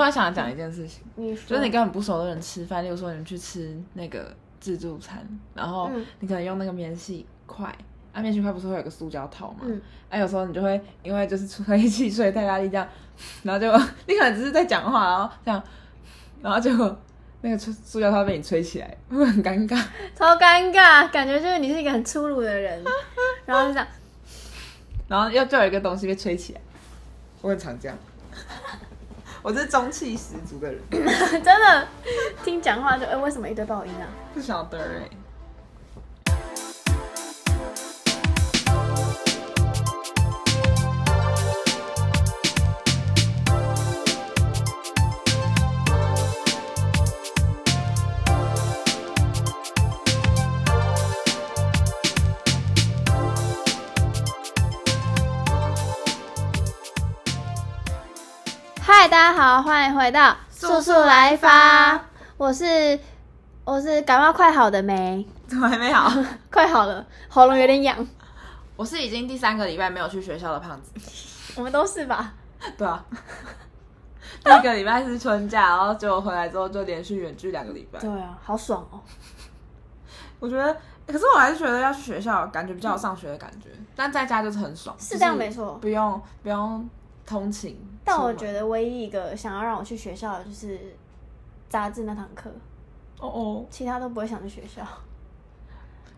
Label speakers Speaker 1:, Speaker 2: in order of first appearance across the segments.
Speaker 1: 突然想讲一件事情，
Speaker 2: 你
Speaker 1: 就
Speaker 2: 说
Speaker 1: 是你跟很不熟的人吃饭，例如说你们去吃那个自助餐，然后
Speaker 2: 嗯
Speaker 1: 你可能用那个免洗筷，啊，免洗筷不是会有个塑胶套嘛？
Speaker 2: 嗯
Speaker 1: 啊，有时候你就会因为就是出黑气所以太大力这样， 然后就你可能只是在讲话，然后这样，然后结果那个塑塑胶套被你吹起来， 会不会很尴尬？
Speaker 2: 超尴尬，感觉就是你是一个很粗鲁的 人，然后就这样，
Speaker 1: 然后又就有一个东西被吹起来，我很常这样。 我是中气十足的人，
Speaker 2: 真的听讲话就哎、为什么一堆爆音啊？
Speaker 1: 不晓得哎、
Speaker 2: 嗨，大家好，欢迎回到
Speaker 1: 速速
Speaker 2: 来
Speaker 1: 发，
Speaker 2: 我是我是感冒快好的没，
Speaker 1: 怎么还没好？
Speaker 2: 快好了，喉咙有点痒，
Speaker 1: 我是已经第三个礼拜没有去学校的胖子。
Speaker 2: 我们都是吧？
Speaker 1: 对 啊，第一个礼拜是春假，然后结果回来之后就连续远距两个礼拜。
Speaker 2: 对啊，好爽哦！
Speaker 1: 我觉得，可是我还是觉得要去学校，感觉比较有上学的感觉，嗯但在家就是很爽，
Speaker 2: 是这样
Speaker 1: 就是
Speaker 2: 没错
Speaker 1: 不用不用通勤。
Speaker 2: 但我觉
Speaker 1: 得，
Speaker 2: 得唯一一个想要让我去学校的就是杂志那堂课，
Speaker 1: 哦哦，
Speaker 2: 其他都不会想去学校。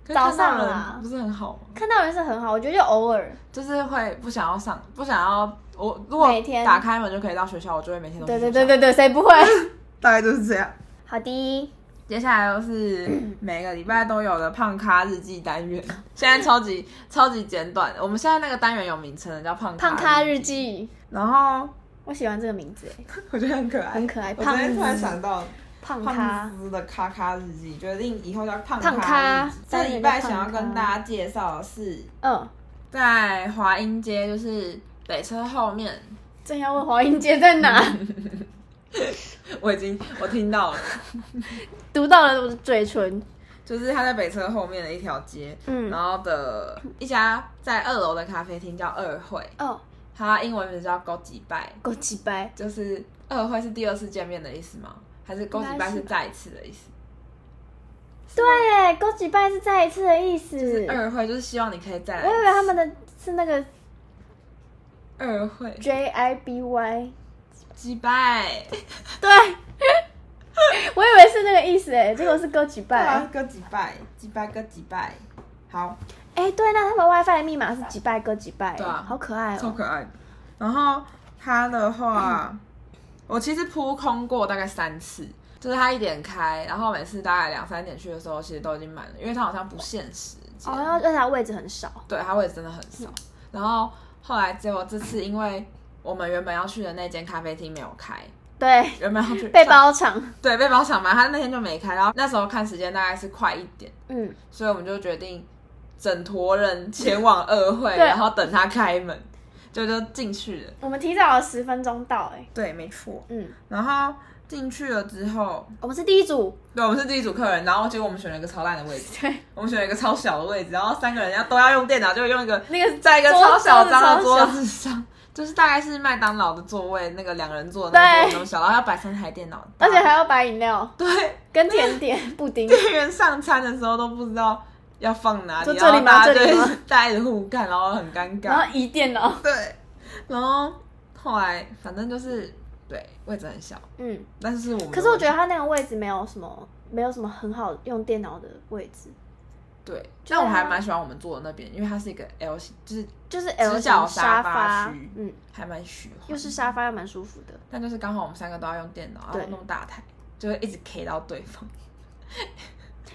Speaker 1: 可是看
Speaker 2: 早
Speaker 1: 到
Speaker 2: 上啊
Speaker 1: 人
Speaker 2: 啦
Speaker 1: 不是很好吗？
Speaker 2: 看到人是很好，我觉得就偶尔，
Speaker 1: 就是会不想要上，不想要我如果
Speaker 2: 每天
Speaker 1: 打开门就可以到学校，我就会每天都去
Speaker 2: 对
Speaker 1: 学
Speaker 2: 对
Speaker 1: 校
Speaker 2: 对，对对，谁不会？
Speaker 1: 大概就是这样。
Speaker 2: 好的，
Speaker 1: 接下来又是
Speaker 2: 嗯
Speaker 1: 每个礼拜都有的胖咖日记单元， 现在超级超级简短。我们现在那个单元有名称的，叫胖
Speaker 2: 胖咖
Speaker 1: 咖
Speaker 2: 日
Speaker 1: 记。
Speaker 2: 记，
Speaker 1: 然后
Speaker 2: 我喜欢这个名字哎，
Speaker 1: 我觉得很可爱，
Speaker 2: 很可爱
Speaker 1: 我昨天
Speaker 2: 胖子
Speaker 1: 突然想到
Speaker 2: 胖
Speaker 1: 胖
Speaker 2: 咖。
Speaker 1: 子的咖咖日记，决定以后叫胖
Speaker 2: 胖
Speaker 1: 咖
Speaker 2: 咖
Speaker 1: 日记。这礼拜想要跟大家介绍的是，
Speaker 2: 嗯，
Speaker 1: 在华阴街，就是北车后面，
Speaker 2: 正要问华阴街在哪，
Speaker 1: 我已经我听到了，
Speaker 2: 读到了我的嘴唇。
Speaker 1: 就是它在北车后面的一条街，
Speaker 2: 嗯
Speaker 1: 然，后的一家在二楼的咖啡厅叫二会。
Speaker 2: 哦，
Speaker 1: 它英文名字叫高吉拜，
Speaker 2: 够鸡掰，
Speaker 1: 就是二会是第二次见面的意思吗？还是高吉拜是再一次的意思？
Speaker 2: 对，够鸡掰是再一次的意思。
Speaker 1: 就是二会就是希望你可以再
Speaker 2: 我以为
Speaker 1: 来。
Speaker 2: 他们的是那个
Speaker 1: 二会
Speaker 2: J I B Y，
Speaker 1: 击败，
Speaker 2: 对， 我以为是那个意思哎，结果是够鸡掰。哎、，
Speaker 1: 哥击败，击败哥击败，好，
Speaker 2: 哎对，那他们 WiFi 的密码是几拜哥几拜，
Speaker 1: 对啊
Speaker 2: 好可爱
Speaker 1: 超
Speaker 2: 哦、
Speaker 1: 可爱的。然后它的话，我其实扑空过大概三次。就是它一点开，然后每次大概两三点去的时候，其实都已经满了，因为它好像不限时间。
Speaker 2: 哦，然后而且它位置很少，
Speaker 1: 对，它位置真的很少。
Speaker 2: 嗯
Speaker 1: 然后后来结果这次因为我们原本要去的那间咖啡厅没有开，
Speaker 2: 对，
Speaker 1: 原本要去
Speaker 2: 被嗯包场，
Speaker 1: 对被包场嘛，他那天就没开。然后那时候看时间大概是快一点，
Speaker 2: 嗯，
Speaker 1: 所以我们就决定整坨人前往二会，
Speaker 2: 对
Speaker 1: 然后等他开门，就就进去了。
Speaker 2: 我们提早了十分钟到、哎，
Speaker 1: 对，没错。
Speaker 2: 嗯，
Speaker 1: 然后进去了之后，
Speaker 2: 我们是第一组，
Speaker 1: 对，我们是第一组客人，然后结果我们选了一个超烂的位置，
Speaker 2: 对，
Speaker 1: 我们选了一个超小的位置，然后三个人要都要用电脑，就用一个
Speaker 2: 那个
Speaker 1: 在一个超小张的
Speaker 2: 桌
Speaker 1: 桌
Speaker 2: 子超小
Speaker 1: 子上，就是大概是麦当劳的座位，那个两人座的那个
Speaker 2: 对
Speaker 1: 那么小，然后要摆三台电脑，
Speaker 2: 而且还要摆饮料
Speaker 1: 对
Speaker 2: 跟甜 点布丁，
Speaker 1: 店员上餐的时候都不知道要放哪里，
Speaker 2: 就这里吗
Speaker 1: 然后大家
Speaker 2: 这里吗
Speaker 1: 就是带着互看，然后很尴
Speaker 2: 然
Speaker 1: 尬。
Speaker 2: 后移电脑，
Speaker 1: 对，然后后来反正就是对位置很小，
Speaker 2: 嗯，
Speaker 1: 但是我们
Speaker 2: 可是我觉得
Speaker 1: 得
Speaker 2: 他那个位置没有什么，没有什么很好用电脑的位置，
Speaker 1: 对，
Speaker 2: 就
Speaker 1: 但我
Speaker 2: 它
Speaker 1: 还蛮喜欢我们坐的那边，因为它是一个 L 型，就是
Speaker 2: 就是 L
Speaker 1: 直角
Speaker 2: 型
Speaker 1: 沙
Speaker 2: 沙
Speaker 1: 发
Speaker 2: 发
Speaker 1: 区，
Speaker 2: 嗯，
Speaker 1: 还蛮喜欢。
Speaker 2: 又是沙发，又蛮舒服的。
Speaker 1: 但就是刚好我们三个都要用电脑，然后
Speaker 2: 对
Speaker 1: 那么大台，就会一直 K 到对方。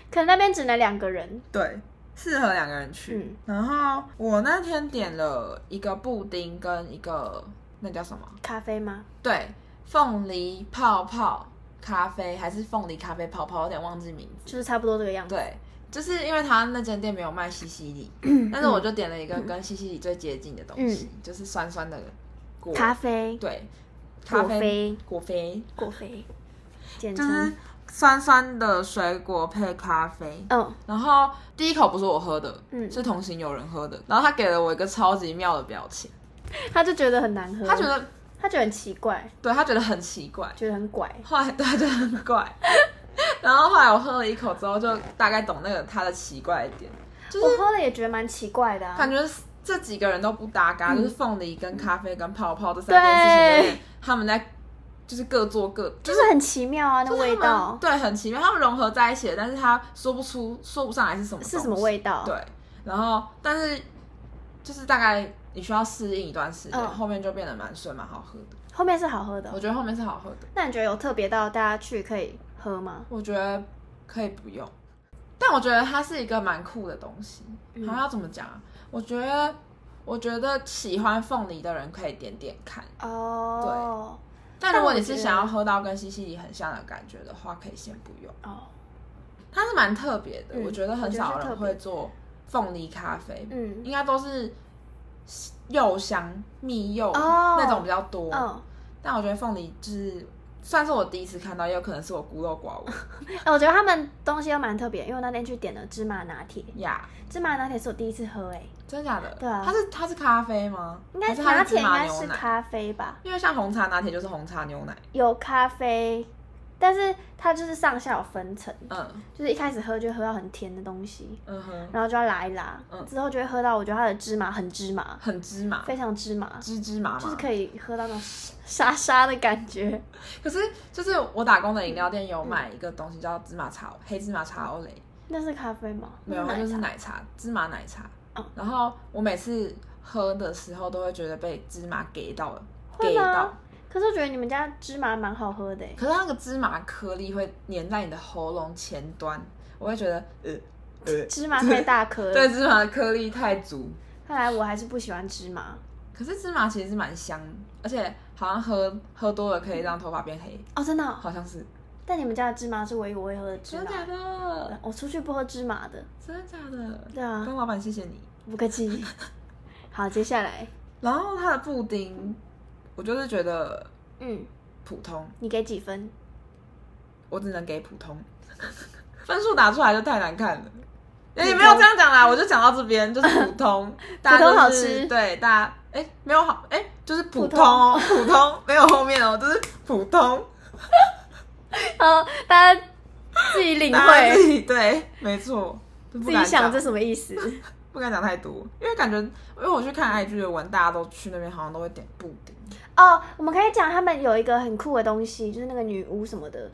Speaker 2: 可能那边只能两个人，
Speaker 1: 对，适合两个人去。
Speaker 2: 嗯
Speaker 1: 然后我那天点了一个布丁跟一个那叫什么？
Speaker 2: 咖啡吗？
Speaker 1: 对，凤梨泡泡咖啡还是凤梨咖啡泡泡，有点忘记名字。
Speaker 2: 就是差不多这个样子。
Speaker 1: 对，就是因为他那间店没有卖西西里，但是我就点了一个跟西西里最接近的东西，就是酸酸的果
Speaker 2: 咖啡、
Speaker 1: 对，咖
Speaker 2: 果
Speaker 1: 啡
Speaker 2: 啡、
Speaker 1: 果啡嗯
Speaker 2: 果啡，简
Speaker 1: 就
Speaker 2: 称、
Speaker 1: 是酸酸的水果配咖啡。
Speaker 2: 嗯，
Speaker 1: 然后第一口不是我喝的，
Speaker 2: 嗯
Speaker 1: 是同行友人喝的。然后他给了我一个超级妙的表情，
Speaker 2: 他就觉得很难喝，
Speaker 1: 他觉得
Speaker 2: 他觉得很奇怪，
Speaker 1: 对他觉得很奇怪，
Speaker 2: 觉得很怪，
Speaker 1: 后来对 他觉得很怪， 然后后来我喝了一口之后，就大概懂那个他的奇怪一点，
Speaker 2: 嗯
Speaker 1: 就是
Speaker 2: 我喝了也觉得蛮奇怪的、啊，
Speaker 1: 感觉这几个人都不搭
Speaker 2: 嗯
Speaker 1: 嘎，就是凤梨跟咖啡跟泡泡这三件事情有点，他们在就是各做各，就
Speaker 2: 就是是很奇妙啊，那
Speaker 1: 就是他
Speaker 2: 味
Speaker 1: 们
Speaker 2: 道
Speaker 1: 对，很奇妙，他们融合在一起了，但是他说不出说不上来是什么
Speaker 2: 是什
Speaker 1: 东
Speaker 2: 么
Speaker 1: 西
Speaker 2: 味道？
Speaker 1: 对，然后但是就是大概你需要适应一段时间，
Speaker 2: 嗯
Speaker 1: 后面就变得蛮顺蛮好喝的，
Speaker 2: 后面是好喝的哦、
Speaker 1: 我觉得后面是好喝的，
Speaker 2: 那你觉得有特别到大家去可以喝吗？
Speaker 1: 我觉得可以不用，但我觉得它是一个蛮酷的东西，
Speaker 2: 嗯
Speaker 1: 好像要怎么讲啊？我觉得我觉得喜欢凤梨的人可以点点看。
Speaker 2: 哦，
Speaker 1: 但如果
Speaker 2: 但我
Speaker 1: 你
Speaker 2: 觉
Speaker 1: 是
Speaker 2: 得
Speaker 1: 想要喝到跟西西里很像的感觉的话，可以先不用。
Speaker 2: 对，哦，
Speaker 1: 它是蛮特别的，
Speaker 2: 嗯
Speaker 1: 我觉得很
Speaker 2: 我
Speaker 1: 少
Speaker 2: 觉得是特
Speaker 1: 人
Speaker 2: 别
Speaker 1: 会做凤梨咖啡，
Speaker 2: 嗯，
Speaker 1: 应该都是柚香、蜜柚、
Speaker 2: 哦
Speaker 1: 那种比较多。
Speaker 2: 嗯，
Speaker 1: 但我觉得凤梨就是算是我第一次看到，也有可能是我孤陋寡闻
Speaker 2: 哎我觉得他们东西都蛮特别，因为我那天去点了芝麻拿铁，
Speaker 1: 呀。
Speaker 2: 芝麻拿铁是我第一次喝、哎，
Speaker 1: 真假的？
Speaker 2: 对啊
Speaker 1: 它是它是咖啡吗？
Speaker 2: 应该
Speaker 1: 还是它
Speaker 2: 拿
Speaker 1: 是芝
Speaker 2: 铁应
Speaker 1: 麻
Speaker 2: 该
Speaker 1: 牛
Speaker 2: 是
Speaker 1: 奶？
Speaker 2: 咖啡吧，
Speaker 1: 因为像红茶拿铁就是红茶牛奶，
Speaker 2: 有咖啡，但是它就是上下有分层，
Speaker 1: 嗯
Speaker 2: 就是一开始喝就喝到很甜的东西，
Speaker 1: 嗯哼，
Speaker 2: 然后就要拉一拉，
Speaker 1: 嗯
Speaker 2: 之后就会喝到我觉得它的芝麻很芝麻，
Speaker 1: 很芝麻，
Speaker 2: 非常芝麻，
Speaker 1: 芝芝麻麻，
Speaker 2: 就是可以喝到那种沙沙的感觉，
Speaker 1: 可是，就是我打工的饮料店有买一个东西叫芝麻茶，黑芝麻茶欧蕾，
Speaker 2: 那是咖啡吗？
Speaker 1: 没有，它
Speaker 2: 那
Speaker 1: 就是
Speaker 2: 奶
Speaker 1: 奶茶，哦芝麻奶茶
Speaker 2: 嗯。
Speaker 1: 然后我每次喝的时候都会觉得被芝麻给到了，
Speaker 2: 会
Speaker 1: 给
Speaker 2: 吗
Speaker 1: 到。
Speaker 2: 可是我觉得你们家芝麻蛮好喝的欸耶，
Speaker 1: 可是它那个芝麻颗粒会粘在你的喉咙前端，我会觉得呃呃，
Speaker 2: 芝麻太大颗 了。
Speaker 1: 对，芝麻的颗粒太足。
Speaker 2: 看来我还是不喜欢芝麻。
Speaker 1: 可是芝麻其实是蛮香，而且好像喝喝多了可以让头发变黑，
Speaker 2: 哦，真的哦、
Speaker 1: 好像是。
Speaker 2: 但你们家的芝麻是唯一我会喝的芝
Speaker 1: 真的啊
Speaker 2: 麻
Speaker 1: 假。的？
Speaker 2: 我出去不喝芝麻的。
Speaker 1: 真的假的？
Speaker 2: 对啊
Speaker 1: 跟，老板谢谢你。
Speaker 2: 不 客气。好，接下来，
Speaker 1: 然后它的布丁，我就是觉得
Speaker 2: 嗯，
Speaker 1: 普通，
Speaker 2: 你给几分？
Speaker 1: 我只能给普通， 分数打出来就太难看了。也没有这样讲啦，我就讲到这边，就是普 通，大家、就是、
Speaker 2: 普通好吃
Speaker 1: 对大家，哎、没有好，哎、就是普通哦，普通，没有后面哦，就是普通，
Speaker 2: 哦，大家自己领
Speaker 1: 大家自
Speaker 2: 会，
Speaker 1: 己对，没错，就不
Speaker 2: 自
Speaker 1: 敢
Speaker 2: 己想
Speaker 1: 讲
Speaker 2: 这什么意思？
Speaker 1: 不敢讲太多，因为感觉，因为我去看 IG 的文，大家都去那边好像都会点布丁，
Speaker 2: 哦，我们可以讲他们有一个很酷的东西，就是那个女巫什么的。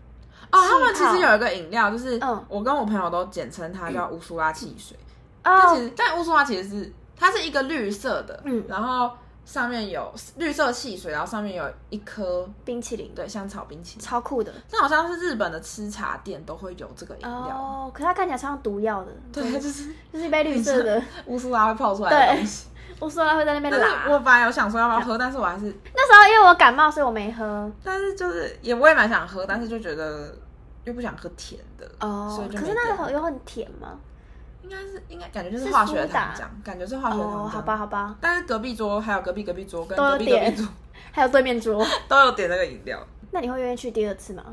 Speaker 1: 哦，他们
Speaker 2: 气
Speaker 1: 其
Speaker 2: 泡
Speaker 1: 实有一个饮料，就是
Speaker 2: 嗯
Speaker 1: 我跟我朋友都简称它叫乌苏拉汽水。但其
Speaker 2: 哦，
Speaker 1: 实，但乌苏拉其实是它是一个绿色的，
Speaker 2: 嗯
Speaker 1: 然后上面有绿色汽水，然后上面有一颗
Speaker 2: 冰淇淋，
Speaker 1: 对香草冰淇淋。
Speaker 2: 超酷的。
Speaker 1: 那好像是日本的吃茶店都会有这个饮料，
Speaker 2: 哦，可是它看起来超像毒药的，
Speaker 1: 对，它就是
Speaker 2: 就是一杯绿 色的，
Speaker 1: 乌苏拉会泡出来的东西。
Speaker 2: 我说它会在那边
Speaker 1: 但
Speaker 2: 拉
Speaker 1: 是。我本来有想说要不要喝，但是我还是，
Speaker 2: 那时候因为我感冒，所以我没喝。
Speaker 1: 但是就是也我也蛮想喝，但是就觉得又不想喝甜的，所
Speaker 2: 哦
Speaker 1: 以，就
Speaker 2: 可
Speaker 1: 没
Speaker 2: 是
Speaker 1: 点。
Speaker 2: 那个有很甜吗？
Speaker 1: 应该是应该感觉就是是化学
Speaker 2: 苏打
Speaker 1: 糖浆，感觉是化学糖浆。
Speaker 2: 哦，好吧，好吧，
Speaker 1: 但是隔壁桌还有隔壁隔壁桌跟
Speaker 2: 都有
Speaker 1: 隔壁隔壁
Speaker 2: 点
Speaker 1: 桌
Speaker 2: 还有对面桌，
Speaker 1: 都有点那个饮料。
Speaker 2: 那你会愿意去第二次吗？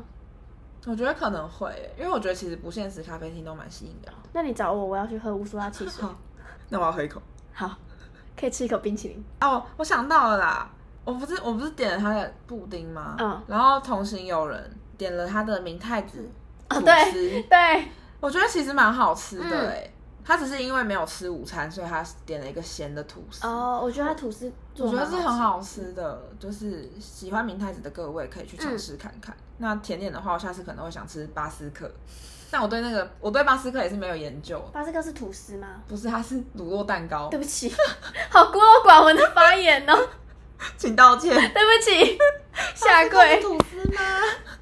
Speaker 1: 我觉得可能会耶，因为我觉得其实不限时咖啡厅都蛮吸引人的。
Speaker 2: 那你找我，我要去喝乌苏拉汽水。
Speaker 1: 好，那我要喝一
Speaker 2: 嗯
Speaker 1: 口。
Speaker 2: 好，可以吃一口冰淇淋。
Speaker 1: 哦，我想到了啦，我不是我不是点了他的布丁吗？
Speaker 2: 嗯
Speaker 1: 然后同行有人点了他的明太子
Speaker 2: 哦，
Speaker 1: 吐
Speaker 2: 对
Speaker 1: 司，
Speaker 2: 对，
Speaker 1: 我觉得其实蛮好吃的
Speaker 2: 嗯
Speaker 1: 哎。他只是因为没有吃午餐，所以他点了一个咸的吐司。
Speaker 2: 哦，我觉得它吐司做
Speaker 1: 我觉
Speaker 2: 得
Speaker 1: 得是
Speaker 2: 蛮
Speaker 1: 很
Speaker 2: 吃。
Speaker 1: 好吃的，就是喜欢明太子的各位可以去尝试看看。
Speaker 2: 嗯
Speaker 1: 那甜点的话，我下次可能会想吃巴斯克，但我对那个我对巴斯克也是没有研究，
Speaker 2: 巴斯克是吐司吗？
Speaker 1: 不是它是乳酪蛋糕
Speaker 2: 对，不起， 好孤陋寡闻的发言 哦，
Speaker 1: 请道歉。
Speaker 2: 对不起，下
Speaker 1: 巴斯
Speaker 2: 跪。
Speaker 1: 克是吐司吗？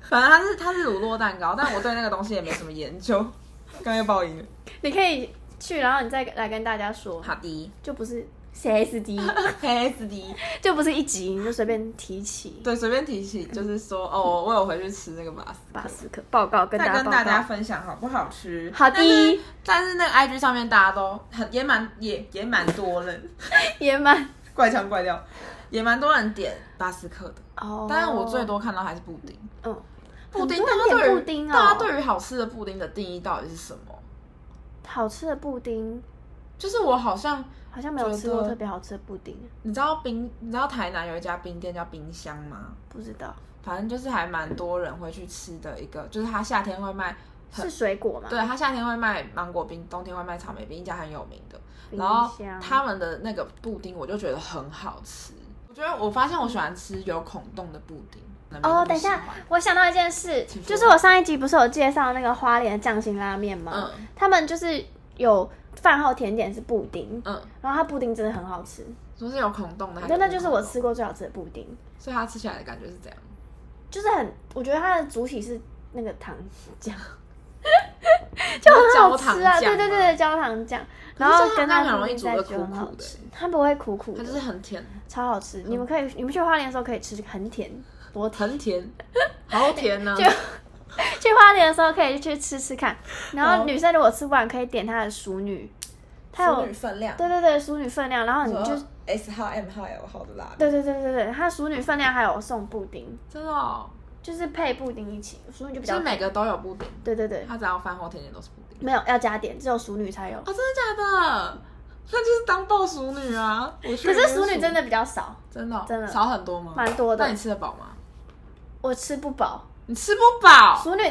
Speaker 1: 反正它是它是乳酪蛋糕，但我对那个东西也没什么研究。刚又爆音了，
Speaker 2: 你可以去，然后你再来跟大家说，
Speaker 1: 好的
Speaker 2: 就不是 CSD，
Speaker 1: ，KSD，
Speaker 2: 就不是一集，你就随便提起
Speaker 1: 对，随便提起就是说哦，我有回去吃那个巴斯克
Speaker 2: 巴斯克报告跟
Speaker 1: 再
Speaker 2: 大家
Speaker 1: 跟
Speaker 2: 报
Speaker 1: 大家
Speaker 2: 告。
Speaker 1: 分享好不好吃。
Speaker 2: 好的
Speaker 1: 但是但是那个 IG 上面大家都很也蛮也也蛮多人，
Speaker 2: 也蛮
Speaker 1: 怪腔怪调，也蛮多人点巴斯克的。
Speaker 2: 哦，
Speaker 1: 但是我最多看到还是布丁，
Speaker 2: 嗯，
Speaker 1: 布丁
Speaker 2: 很多
Speaker 1: 大家
Speaker 2: 人
Speaker 1: 对
Speaker 2: 点
Speaker 1: 于
Speaker 2: 布丁哦，
Speaker 1: 大家对于好吃的布丁的定义到底是什么？
Speaker 2: 好吃的布丁，
Speaker 1: 就是我好像
Speaker 2: 好像没有吃过
Speaker 1: 觉得
Speaker 2: 特别好吃的布丁，
Speaker 1: 你知道冰，你知道台南有一家冰店叫冰箱吗？
Speaker 2: 不知道
Speaker 1: 反正就是还蛮多人会去吃的一个，就是它夏天会卖，
Speaker 2: 是水果吗？
Speaker 1: 对，它夏天会卖芒果冰，冬天会卖草莓冰，一家很有名的。
Speaker 2: 冰
Speaker 1: 然后
Speaker 2: 箱，
Speaker 1: 他们的那个布丁，我就觉得很好吃。我觉得我发现我喜欢吃有孔洞的布丁。
Speaker 2: 哦，等一下
Speaker 1: 喜欢，
Speaker 2: 我想到一件事
Speaker 1: 请，说
Speaker 2: 就是我上一集不是有介绍那个花莲的匠心拉面吗？
Speaker 1: 嗯
Speaker 2: 他们就是有饭后甜点是布丁，
Speaker 1: 嗯，
Speaker 2: 然后它布丁真的很好吃，
Speaker 1: 说是有孔洞的，还
Speaker 2: 那那就是我
Speaker 1: 无孔洞，
Speaker 2: 吃过最好吃的布丁，
Speaker 1: 所以它吃起来的感觉是这 样。
Speaker 2: 就是很，我觉得它的主体是那个糖浆，
Speaker 1: 就
Speaker 2: 很
Speaker 1: 焦
Speaker 2: 好
Speaker 1: 糖
Speaker 2: 吃
Speaker 1: 酱
Speaker 2: 啊，
Speaker 1: 吗
Speaker 2: 对对对，，焦糖酱，
Speaker 1: 可
Speaker 2: 然
Speaker 1: 是
Speaker 2: 后
Speaker 1: 焦糖
Speaker 2: 跟
Speaker 1: 酱
Speaker 2: 它
Speaker 1: 很
Speaker 2: 布
Speaker 1: 容易
Speaker 2: 丁
Speaker 1: 煮
Speaker 2: 在
Speaker 1: 得
Speaker 2: 一起就很
Speaker 1: 苦
Speaker 2: 好
Speaker 1: 苦的
Speaker 2: 吃，它不会苦苦
Speaker 1: 它
Speaker 2: 的，
Speaker 1: 就是嗯很甜，
Speaker 2: 超好吃。你们可以，你们去花莲的时候可以吃很甜，多甜。
Speaker 1: 很甜，好甜啊呢、
Speaker 2: 就去花莲的时候可以去吃吃看，然后
Speaker 1: 好
Speaker 2: 女生如果吃不完，可以点她的熟女，她有
Speaker 1: 淑女分量，
Speaker 2: 对对对熟女分量，然
Speaker 1: 啊
Speaker 2: 后你就
Speaker 1: S 号、M 号、L 号的拉面，
Speaker 2: 对对对对对，她熟女分量还有送布丁，
Speaker 1: 真的、哦，
Speaker 2: 就是配布丁一起，熟女就比
Speaker 1: 就
Speaker 2: 较
Speaker 1: 是每个都有布丁，
Speaker 2: 对对对，
Speaker 1: 它只要饭后甜点都是布丁。
Speaker 2: 没有要加点，只有熟女才有，
Speaker 1: 哦，真的假的？那就是当爆熟女啊！可
Speaker 2: 可是熟女真的比较少，
Speaker 1: 真的哦、
Speaker 2: 真的
Speaker 1: 少很多吗？
Speaker 2: 蛮多的
Speaker 1: 那你吃得饱吗？
Speaker 2: 我吃不饱，
Speaker 1: 你吃不饱，
Speaker 2: 熟女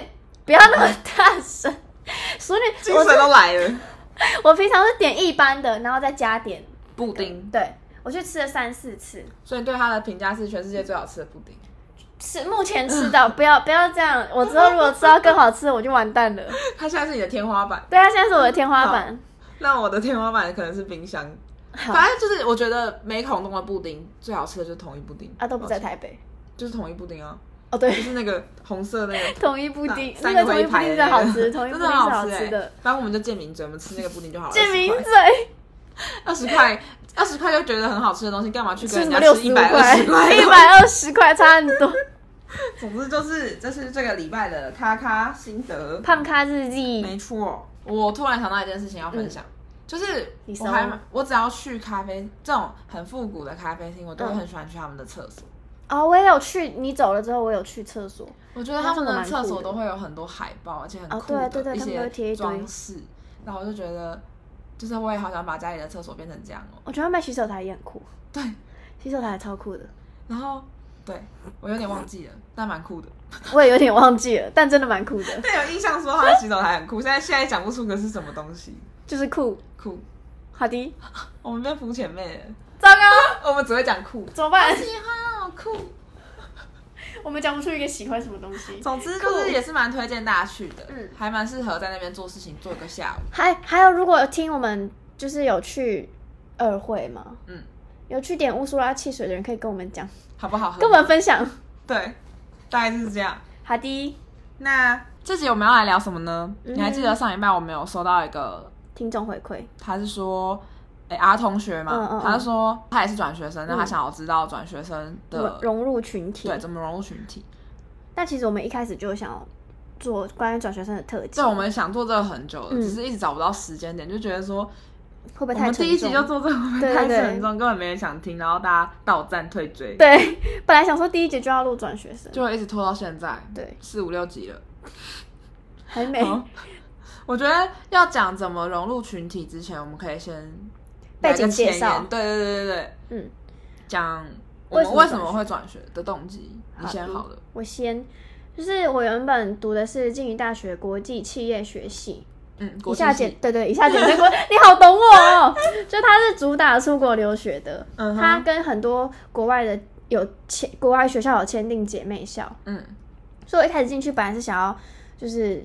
Speaker 2: 不要那么大声，熟女
Speaker 1: 精
Speaker 2: 我
Speaker 1: 神
Speaker 2: 是
Speaker 1: 都来了。
Speaker 2: 我平常是点一般的，然后再加点，
Speaker 1: 布丁，
Speaker 2: 对我去吃了三四次，
Speaker 1: 所以你对它的评价是全世界最好吃的布丁。
Speaker 2: 吃目前吃到， 不要不要这样。我之后如果吃到更好吃的，我就完蛋了。
Speaker 1: 它现在是你的天花板，
Speaker 2: 对啊，现在是我的天花板。
Speaker 1: 那我的天花板可能是冰箱。
Speaker 2: 好
Speaker 1: 反正就是我觉得没孔洞的布丁最好吃的就是同一布丁
Speaker 2: 啊，都不在，台北。
Speaker 1: 就是同一布丁啊，就
Speaker 2: 哦，对，
Speaker 1: 是那个红色那个
Speaker 2: 统一布丁，
Speaker 1: 三
Speaker 2: 那
Speaker 1: 个
Speaker 2: 个
Speaker 1: 会一
Speaker 2: 统一布
Speaker 1: 排
Speaker 2: 丁
Speaker 1: 的
Speaker 2: 真
Speaker 1: 那
Speaker 2: 的
Speaker 1: 个
Speaker 2: 好吃，统一 布
Speaker 1: 真
Speaker 2: 丁
Speaker 1: 的
Speaker 2: 是
Speaker 1: 很
Speaker 2: 好
Speaker 1: 吃哎、
Speaker 2: 吃的。
Speaker 1: 反正我们就见名嘴，我们吃那个布丁就好了。
Speaker 2: 借名
Speaker 1: 20块
Speaker 2: 嘴，
Speaker 1: 二十 块，二十块就觉得很好吃的东西，干嘛去跟
Speaker 2: 吃
Speaker 1: 人
Speaker 2: 什
Speaker 1: 家
Speaker 2: 么六
Speaker 1: 吃
Speaker 2: 十
Speaker 1: 一
Speaker 2: 五
Speaker 1: 百二
Speaker 2: 块，
Speaker 1: 十块？
Speaker 2: 一百二十块差很多。
Speaker 1: 总之就是，这是这个礼拜的咔咔心得。
Speaker 2: 胖咖日记，
Speaker 1: 没错，嗯我突然想到一件事情要分享，就是
Speaker 2: 你
Speaker 1: 我
Speaker 2: 说
Speaker 1: 还蛮我只要去咖啡这种很复古的咖啡厅，我都会
Speaker 2: 嗯
Speaker 1: 很喜欢去他们的厕所。
Speaker 2: 哦，我也有去，你走了之后，我有去厕所。
Speaker 1: 我觉得他们的厕所
Speaker 2: 那真的蛮酷的
Speaker 1: 都会有很多海报，而且很
Speaker 2: 哦
Speaker 1: 酷
Speaker 2: 对
Speaker 1: 的
Speaker 2: 对对
Speaker 1: 一
Speaker 2: 他们都会贴
Speaker 1: 些
Speaker 2: 一堆
Speaker 1: 装饰，然后我就觉得，就是我也好想把家里的厕所变成这样哦。
Speaker 2: 我觉得他卖洗手台也很酷，
Speaker 1: 对，
Speaker 2: 洗手台也超酷的。
Speaker 1: 然后对我有点忘记了，但蛮酷的。
Speaker 2: 我也有点忘记了，但真的蛮酷的，
Speaker 1: 但有印象说他的洗手台很酷，现在现在讲不出个是什么东西
Speaker 2: 就是酷。
Speaker 1: 酷。
Speaker 2: 好的，
Speaker 1: 我们变肤浅妹了，
Speaker 2: 糟糕，
Speaker 1: 我们只会讲酷，
Speaker 2: 怎么办？
Speaker 1: 喜欢
Speaker 2: 哦
Speaker 1: 好酷。
Speaker 2: 我们讲不出一个喜欢什么东西。
Speaker 1: 总之就是也是蛮推荐大家去的，
Speaker 2: 嗯
Speaker 1: 还蛮适合在那边做事情，做一个下午。
Speaker 2: 还还有，如果听我们就是有去二会嘛，
Speaker 1: 嗯，
Speaker 2: 有去点乌苏拉汽水的人，可以跟我们讲，
Speaker 1: 好不好喝？
Speaker 2: 跟我们分
Speaker 1: 嗯
Speaker 2: 享。
Speaker 1: 对，大概是这样。
Speaker 2: 好的，
Speaker 1: 那这集我们要来聊什么呢？
Speaker 2: 嗯
Speaker 1: 你还记得上一半我们有收到一个，
Speaker 2: 听众回馈，
Speaker 1: 他是说。哎、阿同学嘛，
Speaker 2: 嗯嗯嗯嗯
Speaker 1: 他说他也是转学生，那他想要知道转学生
Speaker 2: 我们
Speaker 1: 的、
Speaker 2: 融入群体
Speaker 1: 啊对。怎么融入群体。
Speaker 2: 但其实我们一开始就想要做关于转学生的特辑，
Speaker 1: 对，我们想做这个很久了，
Speaker 2: 嗯
Speaker 1: 只是一直找不到时间点，就觉得说
Speaker 2: 会不会
Speaker 1: 我
Speaker 2: 太
Speaker 1: 们
Speaker 2: 沉
Speaker 1: 第一集
Speaker 2: 重
Speaker 1: 就做这个，会不
Speaker 2: 对
Speaker 1: 会太
Speaker 2: 对
Speaker 1: 沉重，根本没人想听，然后大家倒赞退追，
Speaker 2: 对，本来想说第一集就要录转学生，
Speaker 1: 就会一直拖到现在，
Speaker 2: 对，
Speaker 1: 四五六集了。
Speaker 2: 还没
Speaker 1: 好我觉得要讲怎么融入群体之前，我们可以先
Speaker 2: 背景
Speaker 1: 来个前言
Speaker 2: 介绍
Speaker 1: 对对对对对，
Speaker 2: 嗯，
Speaker 1: 讲我
Speaker 2: 为
Speaker 1: 们
Speaker 2: 什么
Speaker 1: 为什么会转学的动机，你先好了。
Speaker 2: 我先，就是我原本读的是静宜大学国际企业学系，
Speaker 1: 嗯，
Speaker 2: 一
Speaker 1: 国际
Speaker 2: 下
Speaker 1: 系
Speaker 2: 简，对对，一下简单过，你好懂我 哦。就它是主打出国留学的，
Speaker 1: 嗯哼
Speaker 2: 它跟很多国外的有签，国外学校有签订姐妹校，
Speaker 1: 嗯
Speaker 2: 所以我一开始进去本来是想要，就是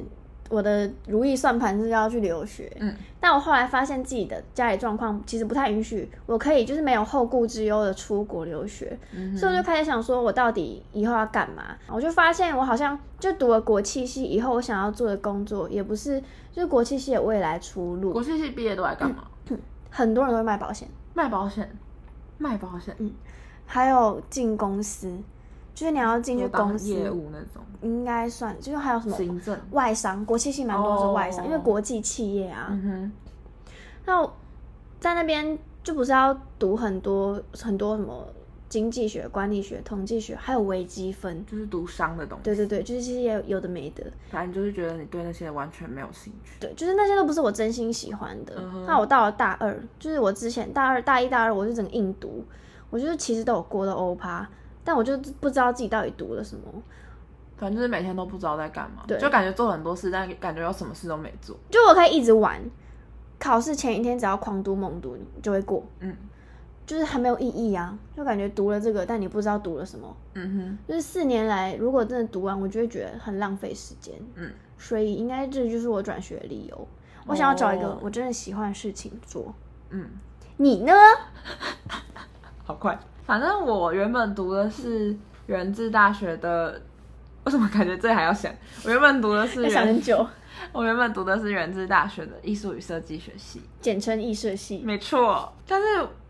Speaker 2: 我的如意算盘是要去留学，
Speaker 1: 嗯
Speaker 2: 但我后来发现自己的家里状况其实不太允许，我可以就是没有后顾之忧的出国留学，
Speaker 1: 嗯
Speaker 2: 所以
Speaker 1: 哼，
Speaker 2: 我就开始想说，我到底以后要干嘛？我就发现我好像就读了国际系以后，我想要做的工作也不是，就是国际系的未来出路。
Speaker 1: 国际系毕业都来干嘛？
Speaker 2: 嗯很多人都会卖保险，
Speaker 1: 卖保险，卖保险，
Speaker 2: 嗯还有进公司，就是你要进去
Speaker 1: 就当
Speaker 2: 公司，嗯
Speaker 1: 业务那种，
Speaker 2: 应该算，就是还有什么
Speaker 1: 行政，
Speaker 2: 外商，国际系蛮多是外商，
Speaker 1: 哦
Speaker 2: 因为国际企业啊。
Speaker 1: 嗯哼，
Speaker 2: 那我在那边就不是要读很多很多什么经济学、管理学、统计学，还有微积分。
Speaker 1: 就是读商的东西。
Speaker 2: 对对对，就是这些有的没的，
Speaker 1: 反正就是觉得你对那些完全没有兴趣。
Speaker 2: 对，就是那些都不是我真心喜欢的。
Speaker 1: 嗯哼
Speaker 2: 那我到了大二，就是我之前大二、大一、大二，我是整个硬读，我就是其实都有过的欧趴，但我就不知道自己到底读了什么，
Speaker 1: 反正就是每天都不知道在干嘛，
Speaker 2: 对
Speaker 1: 就感觉做很多事，但感觉有什么事都没做。
Speaker 2: 就我可以一直玩，考试前一天只要狂读猛读就会过，
Speaker 1: 嗯
Speaker 2: 就是很没有意义啊，就感觉读了这个，但你不知道读了什么。
Speaker 1: 嗯
Speaker 2: 就是四年来，如果真的读完，我就会觉得很浪费时间，
Speaker 1: 哼，嗯，
Speaker 2: 所以应该这就是我转学的理由。我想要找一个
Speaker 1: 哦
Speaker 2: 我真的喜欢的事情做。
Speaker 1: 嗯，
Speaker 2: 你呢？
Speaker 1: 好快。反正我原本读的是源自大学的，为什么感觉这还要想？我原本读的是
Speaker 2: 要想
Speaker 1: 源
Speaker 2: 很久，
Speaker 1: 我原本读的是源自大学的艺术与设计学系，
Speaker 2: 简称艺设系。
Speaker 1: 没错。但是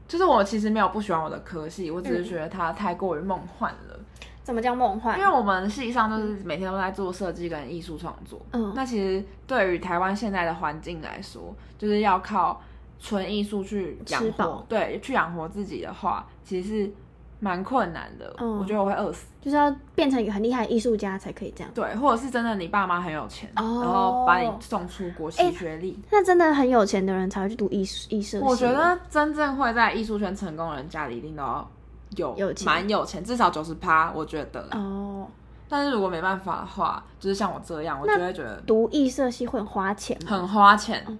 Speaker 1: 就是我其实没有不喜欢我的科系，我只是觉得它太过于梦幻了。
Speaker 2: 怎么叫梦幻
Speaker 1: 因？为我们系上就是每天都在做设计跟艺术创作，
Speaker 2: 嗯
Speaker 1: 那其实对于台湾现在的环境来说，就是要靠纯艺术去养
Speaker 2: 吃
Speaker 1: 活
Speaker 2: 饱，
Speaker 1: 对，去养活自己的话，其实是蛮困难的。
Speaker 2: 嗯
Speaker 1: 我觉得我会饿死。
Speaker 2: 就是要变成一个很厉害的艺术家才可以这样。
Speaker 1: 对，或者是真的你爸妈很有钱，
Speaker 2: 哦
Speaker 1: 然后把你送出国洗学历。
Speaker 2: 那真的很有钱的人才会去读艺术艺设系。
Speaker 1: 我觉得真正会在艺术圈成功的人家里一定都要有
Speaker 2: 有钱
Speaker 1: 蛮有钱，至少九十趴，我觉得啦。
Speaker 2: 哦，
Speaker 1: 但是如果没办法的话，就是像我这样，我就会觉得
Speaker 2: 读艺设系会很花钱吗？
Speaker 1: 很花钱。
Speaker 2: 嗯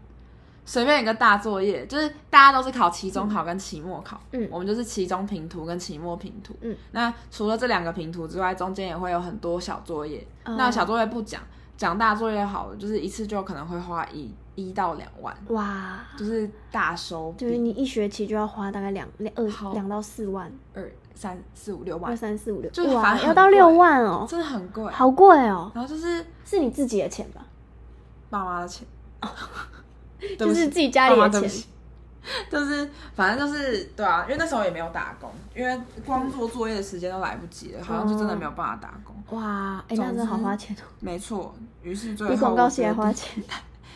Speaker 1: 随便一个大作业，就是大家都是考期中考跟期末考，
Speaker 2: 嗯
Speaker 1: 我们就是期中评图跟期末评图，
Speaker 2: 嗯，
Speaker 1: 那除了这两个评图之外，中间也会有很多小作业。
Speaker 2: 哦
Speaker 1: 那小作业不讲，讲大作业好了，就是一次就可能会花一一到两万，
Speaker 2: 哇，
Speaker 1: 就是大收笔，
Speaker 2: 就是你一学期就要花大概两两
Speaker 1: 好
Speaker 2: 二两到四万，
Speaker 1: 二三四五六
Speaker 2: 二
Speaker 1: 万，
Speaker 2: 三四五六，
Speaker 1: 就是反
Speaker 2: 哇，
Speaker 1: 正
Speaker 2: 要
Speaker 1: 很
Speaker 2: 到
Speaker 1: 贵
Speaker 2: 六万哦，
Speaker 1: 真的很贵。
Speaker 2: 好贵哦，
Speaker 1: 然后就是
Speaker 2: 是你自己的钱吧？
Speaker 1: 爸妈的钱，
Speaker 2: 哦
Speaker 1: 对不
Speaker 2: 就
Speaker 1: 起
Speaker 2: 是自己家里的
Speaker 1: 爸妈对不
Speaker 2: 钱
Speaker 1: 起， 就是反正就是对啊，因为那时候也没有打工，因为光做作业的时间都来不及
Speaker 2: 啊
Speaker 1: 了，好像就真的没有办法打工。
Speaker 2: 哇，哎、那
Speaker 1: 总
Speaker 2: 真的好
Speaker 1: 之
Speaker 2: 花钱哦，
Speaker 1: 没错，于是最后
Speaker 2: 比广告
Speaker 1: 我
Speaker 2: 系还
Speaker 1: 决定
Speaker 2: 花。钱，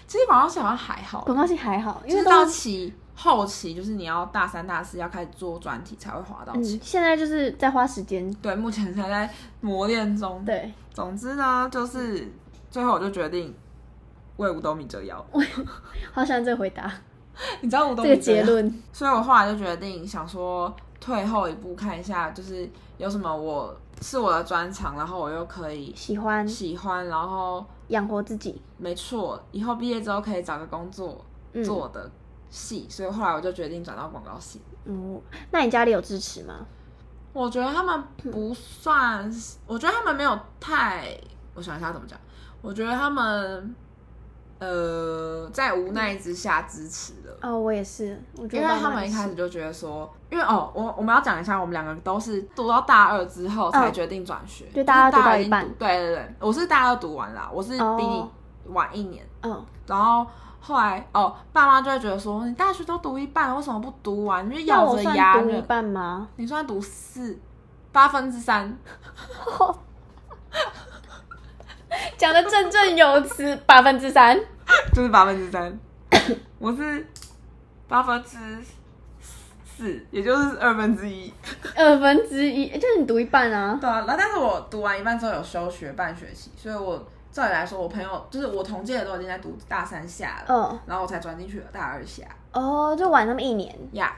Speaker 1: 其实广告系好像还好，
Speaker 2: 广告系还好，因
Speaker 1: 就
Speaker 2: 为
Speaker 1: 是到
Speaker 2: 都是
Speaker 1: 期后期，就是你要大三大四要开始做专题才会花到
Speaker 2: 嗯，
Speaker 1: 钱。
Speaker 2: 现在就是在花时间，
Speaker 1: 对，目前还在磨练中。，
Speaker 2: 对，
Speaker 1: 总之呢，就是最后我就决定为五斗米折腰。
Speaker 2: 好喜欢这个回答，
Speaker 1: 你知道五斗
Speaker 2: 这个
Speaker 1: 米折
Speaker 2: 结
Speaker 1: 腰
Speaker 2: 论，
Speaker 1: 所以我后来就决定想说退后一步看一下，就是有什么我是我的专长，然后我又可以
Speaker 2: 喜欢
Speaker 1: 喜欢，然后
Speaker 2: 养活自己，
Speaker 1: 没错，以后毕业之后可以找个工作
Speaker 2: 嗯，
Speaker 1: 做我的系，所以后来我就决定转到广告系。
Speaker 2: 嗯，那你家里有支持吗？
Speaker 1: 我觉得他们不算是，我觉得他们没有太，我想一下怎么讲，我觉得他们呃在无奈之下支持了。
Speaker 2: 哦，我也是，我觉
Speaker 1: 因
Speaker 2: 得
Speaker 1: 为
Speaker 2: 爸
Speaker 1: 他
Speaker 2: 妈
Speaker 1: 们
Speaker 2: 也
Speaker 1: 一开
Speaker 2: 是
Speaker 1: 始就觉得说，因为哦，我我们要讲一下，我们两个都是读到大二之后才
Speaker 2: 嗯
Speaker 1: 决定转学，
Speaker 2: 就大二
Speaker 1: 就是
Speaker 2: 读到
Speaker 1: 已经
Speaker 2: 一半
Speaker 1: 读对对对，我是大二读完啦，我是比你
Speaker 2: 哦
Speaker 1: 晚一年，
Speaker 2: 嗯，
Speaker 1: 然后后来哦，爸妈就会觉得说，你大学都读一半了，为什么不读完？你就
Speaker 2: 那
Speaker 1: 咬
Speaker 2: 我
Speaker 1: 着
Speaker 2: 算
Speaker 1: 牙
Speaker 2: 读一
Speaker 1: 忍，
Speaker 2: 半吗？
Speaker 1: 你算读四八分之三，
Speaker 2: 讲的振振有词，八分之三，
Speaker 1: 就是八分之 三，我是八分之四，也就是二分之一。
Speaker 2: 二分之一，就是你读一半啊。
Speaker 1: 对啊，然后但是我读完一半之后有休学半学期，所以我照理来说，我朋友就是我同届的都已经在读大三下了，
Speaker 2: 嗯，
Speaker 1: 然后我才转进去了大二下
Speaker 2: 哦，就晚那么一年。
Speaker 1: 呀。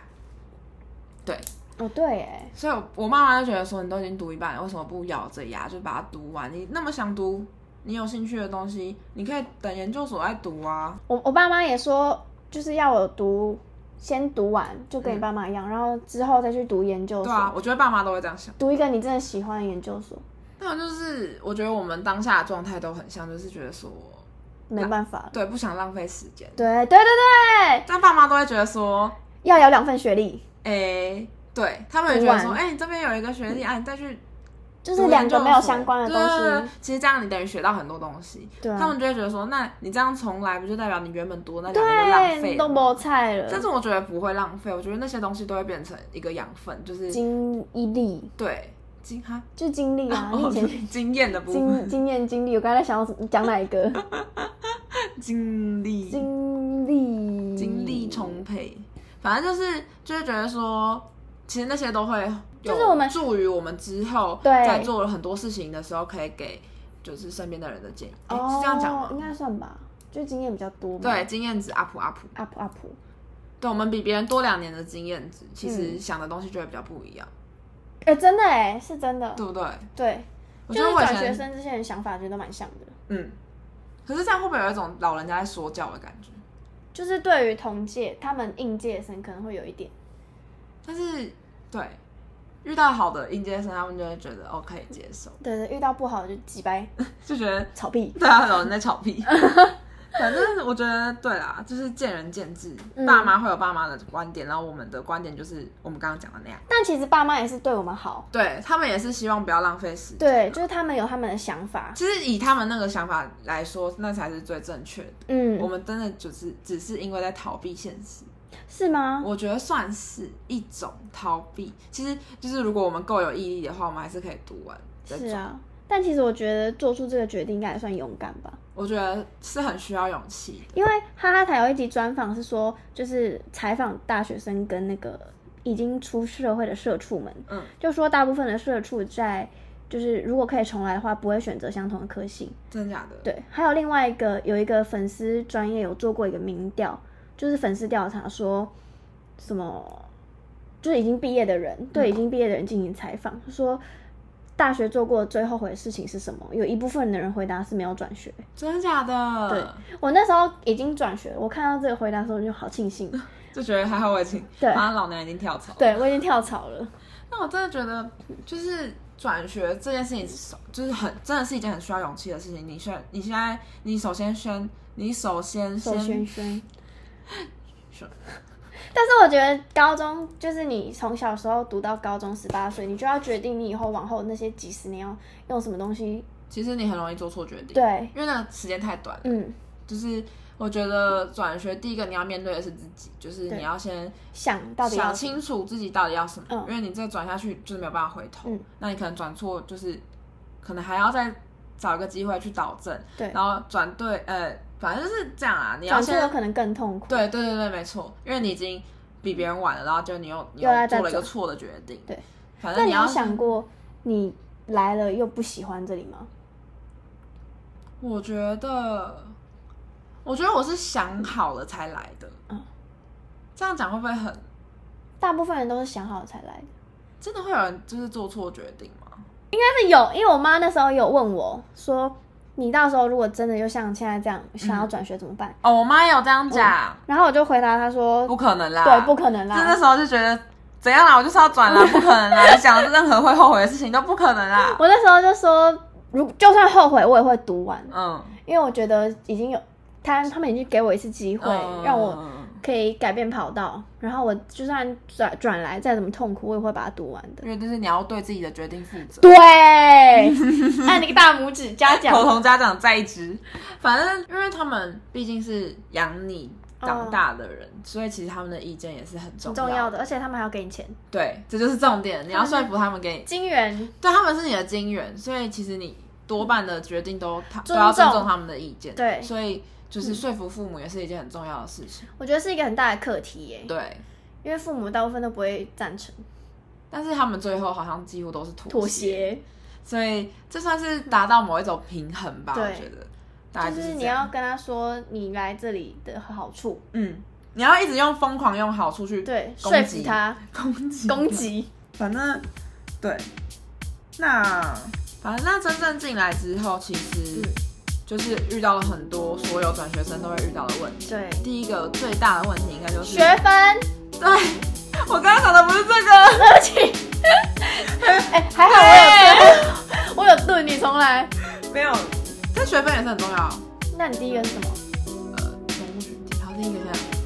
Speaker 1: 对，
Speaker 2: 哦，对，哎，
Speaker 1: 所以我我妈妈就觉得说，你都已经读一半了，为什么不咬着牙就把它读完？你那么想读，你有兴趣的东西，你可以等研究所再读啊。
Speaker 2: 我我爸妈也说，就是要我读，先读完，就跟你爸妈一样，然后之后再去读研究
Speaker 1: 嗯对
Speaker 2: 所，
Speaker 1: 啊，我觉得爸妈都会这样想。
Speaker 2: 读一个你真的喜欢的研究所。
Speaker 1: 那就是我觉得我们当下的状态都很像，就是觉得说，
Speaker 2: 没办法了，
Speaker 1: 对，不想浪费时间。
Speaker 2: 对对对对，
Speaker 1: 但爸妈都会觉得说，
Speaker 2: 要有两份学历，
Speaker 1: 诶、对他们也觉得说，
Speaker 2: 读完
Speaker 1: 哎、你这边有一个学历，啊，你再去
Speaker 2: 就是两个
Speaker 1: 读研
Speaker 2: 没有
Speaker 1: 究所
Speaker 2: 相关的
Speaker 1: 对对
Speaker 2: 东
Speaker 1: 对
Speaker 2: 西。
Speaker 1: 其实这样你等于学到很多东西，
Speaker 2: 对啊
Speaker 1: 他们就会觉得说，那你这样重来，不就代表你原本读的那两年都浪
Speaker 2: 对，
Speaker 1: 费
Speaker 2: 都
Speaker 1: 了吗？
Speaker 2: 没菜了，
Speaker 1: 但是我觉得不会浪费，我觉得那些东西都会变成一个养分，就是
Speaker 2: 经历
Speaker 1: 对经哈，
Speaker 2: 就经历啊，
Speaker 1: 哦
Speaker 2: 你以前
Speaker 1: 经验的部
Speaker 2: 经
Speaker 1: 分，
Speaker 2: 经验经历，我刚才在想要怎么讲哪一 个
Speaker 1: 经历
Speaker 2: 经历
Speaker 1: 经历重培，反正就是就会觉得说，其实那些都会有
Speaker 2: 就是我们
Speaker 1: 助于我们之后
Speaker 2: 对
Speaker 1: 在做了很多事情的时候，可以给就是身边的人的建议。诶
Speaker 2: 哦，
Speaker 1: 是这样讲吗？
Speaker 2: 应该算吧，就经验比较多嘛。
Speaker 1: 对，经验值 up up，
Speaker 2: ，up up，
Speaker 1: 对我们比别人多两年的经验值，其
Speaker 2: 嗯
Speaker 1: 实想的东西就会比较不一样，
Speaker 2: 哎、真的哎、是真的，
Speaker 1: 对不对？
Speaker 2: 对，
Speaker 1: 我觉
Speaker 2: 就
Speaker 1: 得
Speaker 2: 是
Speaker 1: 我以
Speaker 2: 转学
Speaker 1: 前
Speaker 2: 生这些人想法觉得都蛮像的，
Speaker 1: 嗯，可是这样会不会有一种老人家在说教的感觉？
Speaker 2: 就是对于同届他们应届生可能会有一点，
Speaker 1: 但是对遇到好的应届生，他们就会觉得哦可以接受，
Speaker 2: 对对，遇到不好的就几掰
Speaker 1: 就觉得
Speaker 2: 草 屁。
Speaker 1: 对啊，老人在吵 屁。反正我觉得对啦，就是见仁见智，
Speaker 2: 嗯
Speaker 1: 爸妈会有爸妈的观点，然后我们的观点就是我们刚刚讲的那样。
Speaker 2: 但其实爸妈也是对我们好，
Speaker 1: 对他们也是希望不要浪费时间。
Speaker 2: 对，就是他们有他们的想法，
Speaker 1: 其实以他们那个想法来说，那才是最正确的。我
Speaker 2: 嗯，
Speaker 1: 们真的就是只是因为在逃避现实，
Speaker 2: 是吗？
Speaker 1: 我觉得算是一种逃避。其实就是如果我们够有毅力的话，我们还是可以读完。
Speaker 2: 是，啊，但其实我觉得做出这个决定应该也算勇敢吧。
Speaker 1: 我觉得是很需要勇气的。
Speaker 2: 因为哈哈台有一集专访是说，就是采访大学生跟那个已经出社会的社畜们，
Speaker 1: 嗯，
Speaker 2: 就说大部分的社畜在就是如果可以重来的话，不会选择相同的科系。
Speaker 1: 真的假的？
Speaker 2: 对，还有另外一个有一个粉丝专业有做过一个民调，就是粉丝调查说什么，就是已经毕业的人对已经毕业的人进行采访，说大学做过最后悔的事情是什么？有一部分的人回答是没有转学。
Speaker 1: 真的假的？
Speaker 2: 对我那时候已经转学了，我看到这个回答的时候我就好 庆幸，
Speaker 1: 就觉得还好我已经，
Speaker 2: 对
Speaker 1: 反正老娘已经跳槽。，
Speaker 2: 对我已经跳槽了。
Speaker 1: 那我真的觉得就是转学这件事情是，就是很真的是一件很需要勇气的事情。你现你现在你首先先你首先
Speaker 2: 周
Speaker 1: 先
Speaker 2: 轩 轩，
Speaker 1: 是
Speaker 2: 但是我觉得高中就是你从小时候读到高中十八岁，你就要决定你以后往后那些几十年要用什么东西。
Speaker 1: 其实你很容易做错决定，，
Speaker 2: 对，
Speaker 1: 因为那个时间太短了。
Speaker 2: 嗯，
Speaker 1: 就是我觉得转学第一个你要面对的是自己，就是
Speaker 2: 对
Speaker 1: 你要先
Speaker 2: 想到底要
Speaker 1: 想清楚自己到底要什么，
Speaker 2: 嗯
Speaker 1: 因为你这转下去就是没有办法回头，
Speaker 2: 嗯
Speaker 1: 那你可能转错就是可能还要再找一个机会去导正，
Speaker 2: 对
Speaker 1: 然后转对，呃，反正就是这样啊，你要
Speaker 2: 转错有
Speaker 1: 先
Speaker 2: 可能更痛苦。
Speaker 1: 对对对对，没错，因为你已经比别人晚了，然后就你又你又
Speaker 2: 又要再
Speaker 1: 做了一个
Speaker 2: 转
Speaker 1: 错的决定，
Speaker 2: 对，
Speaker 1: 反
Speaker 2: 那
Speaker 1: 正
Speaker 2: 你
Speaker 1: 要
Speaker 2: 有想，过你来了又不喜欢这里吗？
Speaker 1: 我觉得，我觉得我是想好了才来的，
Speaker 2: 嗯
Speaker 1: 这样讲会不会很
Speaker 2: 大部分人都是想好了才来的，
Speaker 1: 真的会有人就是做错决定吗？
Speaker 2: 但是有，因为我妈那时候有问我说，你到时候如果真的就像现在这样想要转学怎么办？
Speaker 1: 哦，我妈也有这样讲，
Speaker 2: 然后我就回答她说，
Speaker 1: 不可能啦，啊
Speaker 2: 对，不可能
Speaker 1: 就那
Speaker 2: 啦。
Speaker 1: 时候就觉得怎样啦，我就是要转 啦，不可能啦，你想任何会后悔的事情都不可能啦。
Speaker 2: 我那时候就说，如就算后悔，我也会读完，
Speaker 1: 嗯，
Speaker 2: 因为我觉得已经有他他们已经给我一次机会，
Speaker 1: 嗯
Speaker 2: 让我可以改变跑道，然后我就算转转来再怎么痛苦，我也会把它读完的
Speaker 1: 因。为就是你要对自己的决定负责。
Speaker 2: 对，按你个大拇指嘉奖
Speaker 1: 口。头家长在职，反正因为他们毕竟是养你长大的人，所以其实他们的意见也是很重
Speaker 2: 嗯很
Speaker 1: 要
Speaker 2: 重要的，而且他们还要给你钱，
Speaker 1: 对，这就是重点，你要说服他们给你，
Speaker 2: 金元
Speaker 1: 对他们是你的金源，所以其实你多半的决定都他都要
Speaker 2: 尊
Speaker 1: 尊
Speaker 2: 重
Speaker 1: 重他们的意见。
Speaker 2: 对
Speaker 1: 所以就是说服父母也是一件很重要的事情。
Speaker 2: 我觉得是一个很大的课题耶，
Speaker 1: 对，
Speaker 2: 因为父母大部分都不会赞成
Speaker 1: 但是他们最后好像几乎都是妥
Speaker 2: 妥协，
Speaker 1: 所以这算是达到某一种平衡吧，
Speaker 2: 对
Speaker 1: 我觉得。大概
Speaker 2: 就是是
Speaker 1: 这
Speaker 2: 你
Speaker 1: 样
Speaker 2: 要跟他说你来这里的好处，
Speaker 1: 嗯，你要一直用疯狂用好处去
Speaker 2: 对，
Speaker 1: 攻
Speaker 2: 说服
Speaker 1: 击
Speaker 2: 他，
Speaker 1: 攻击
Speaker 2: 攻， 击，
Speaker 1: 反正对，那反正那真正进来之后，其实
Speaker 2: 嗯
Speaker 1: 就是遇到了很多所有转学生都会遇到的问题。
Speaker 2: 对，
Speaker 1: 第一个最大的问题应该就是
Speaker 2: 学分，
Speaker 1: 对，我刚刚讲的不是这个，
Speaker 2: 对不起， 哎，还好 我有跟，我有对你重来。
Speaker 1: 没有，但学分也是很重要。
Speaker 2: 那你第一个是什么？
Speaker 1: 呃，生物群体，然后第一个是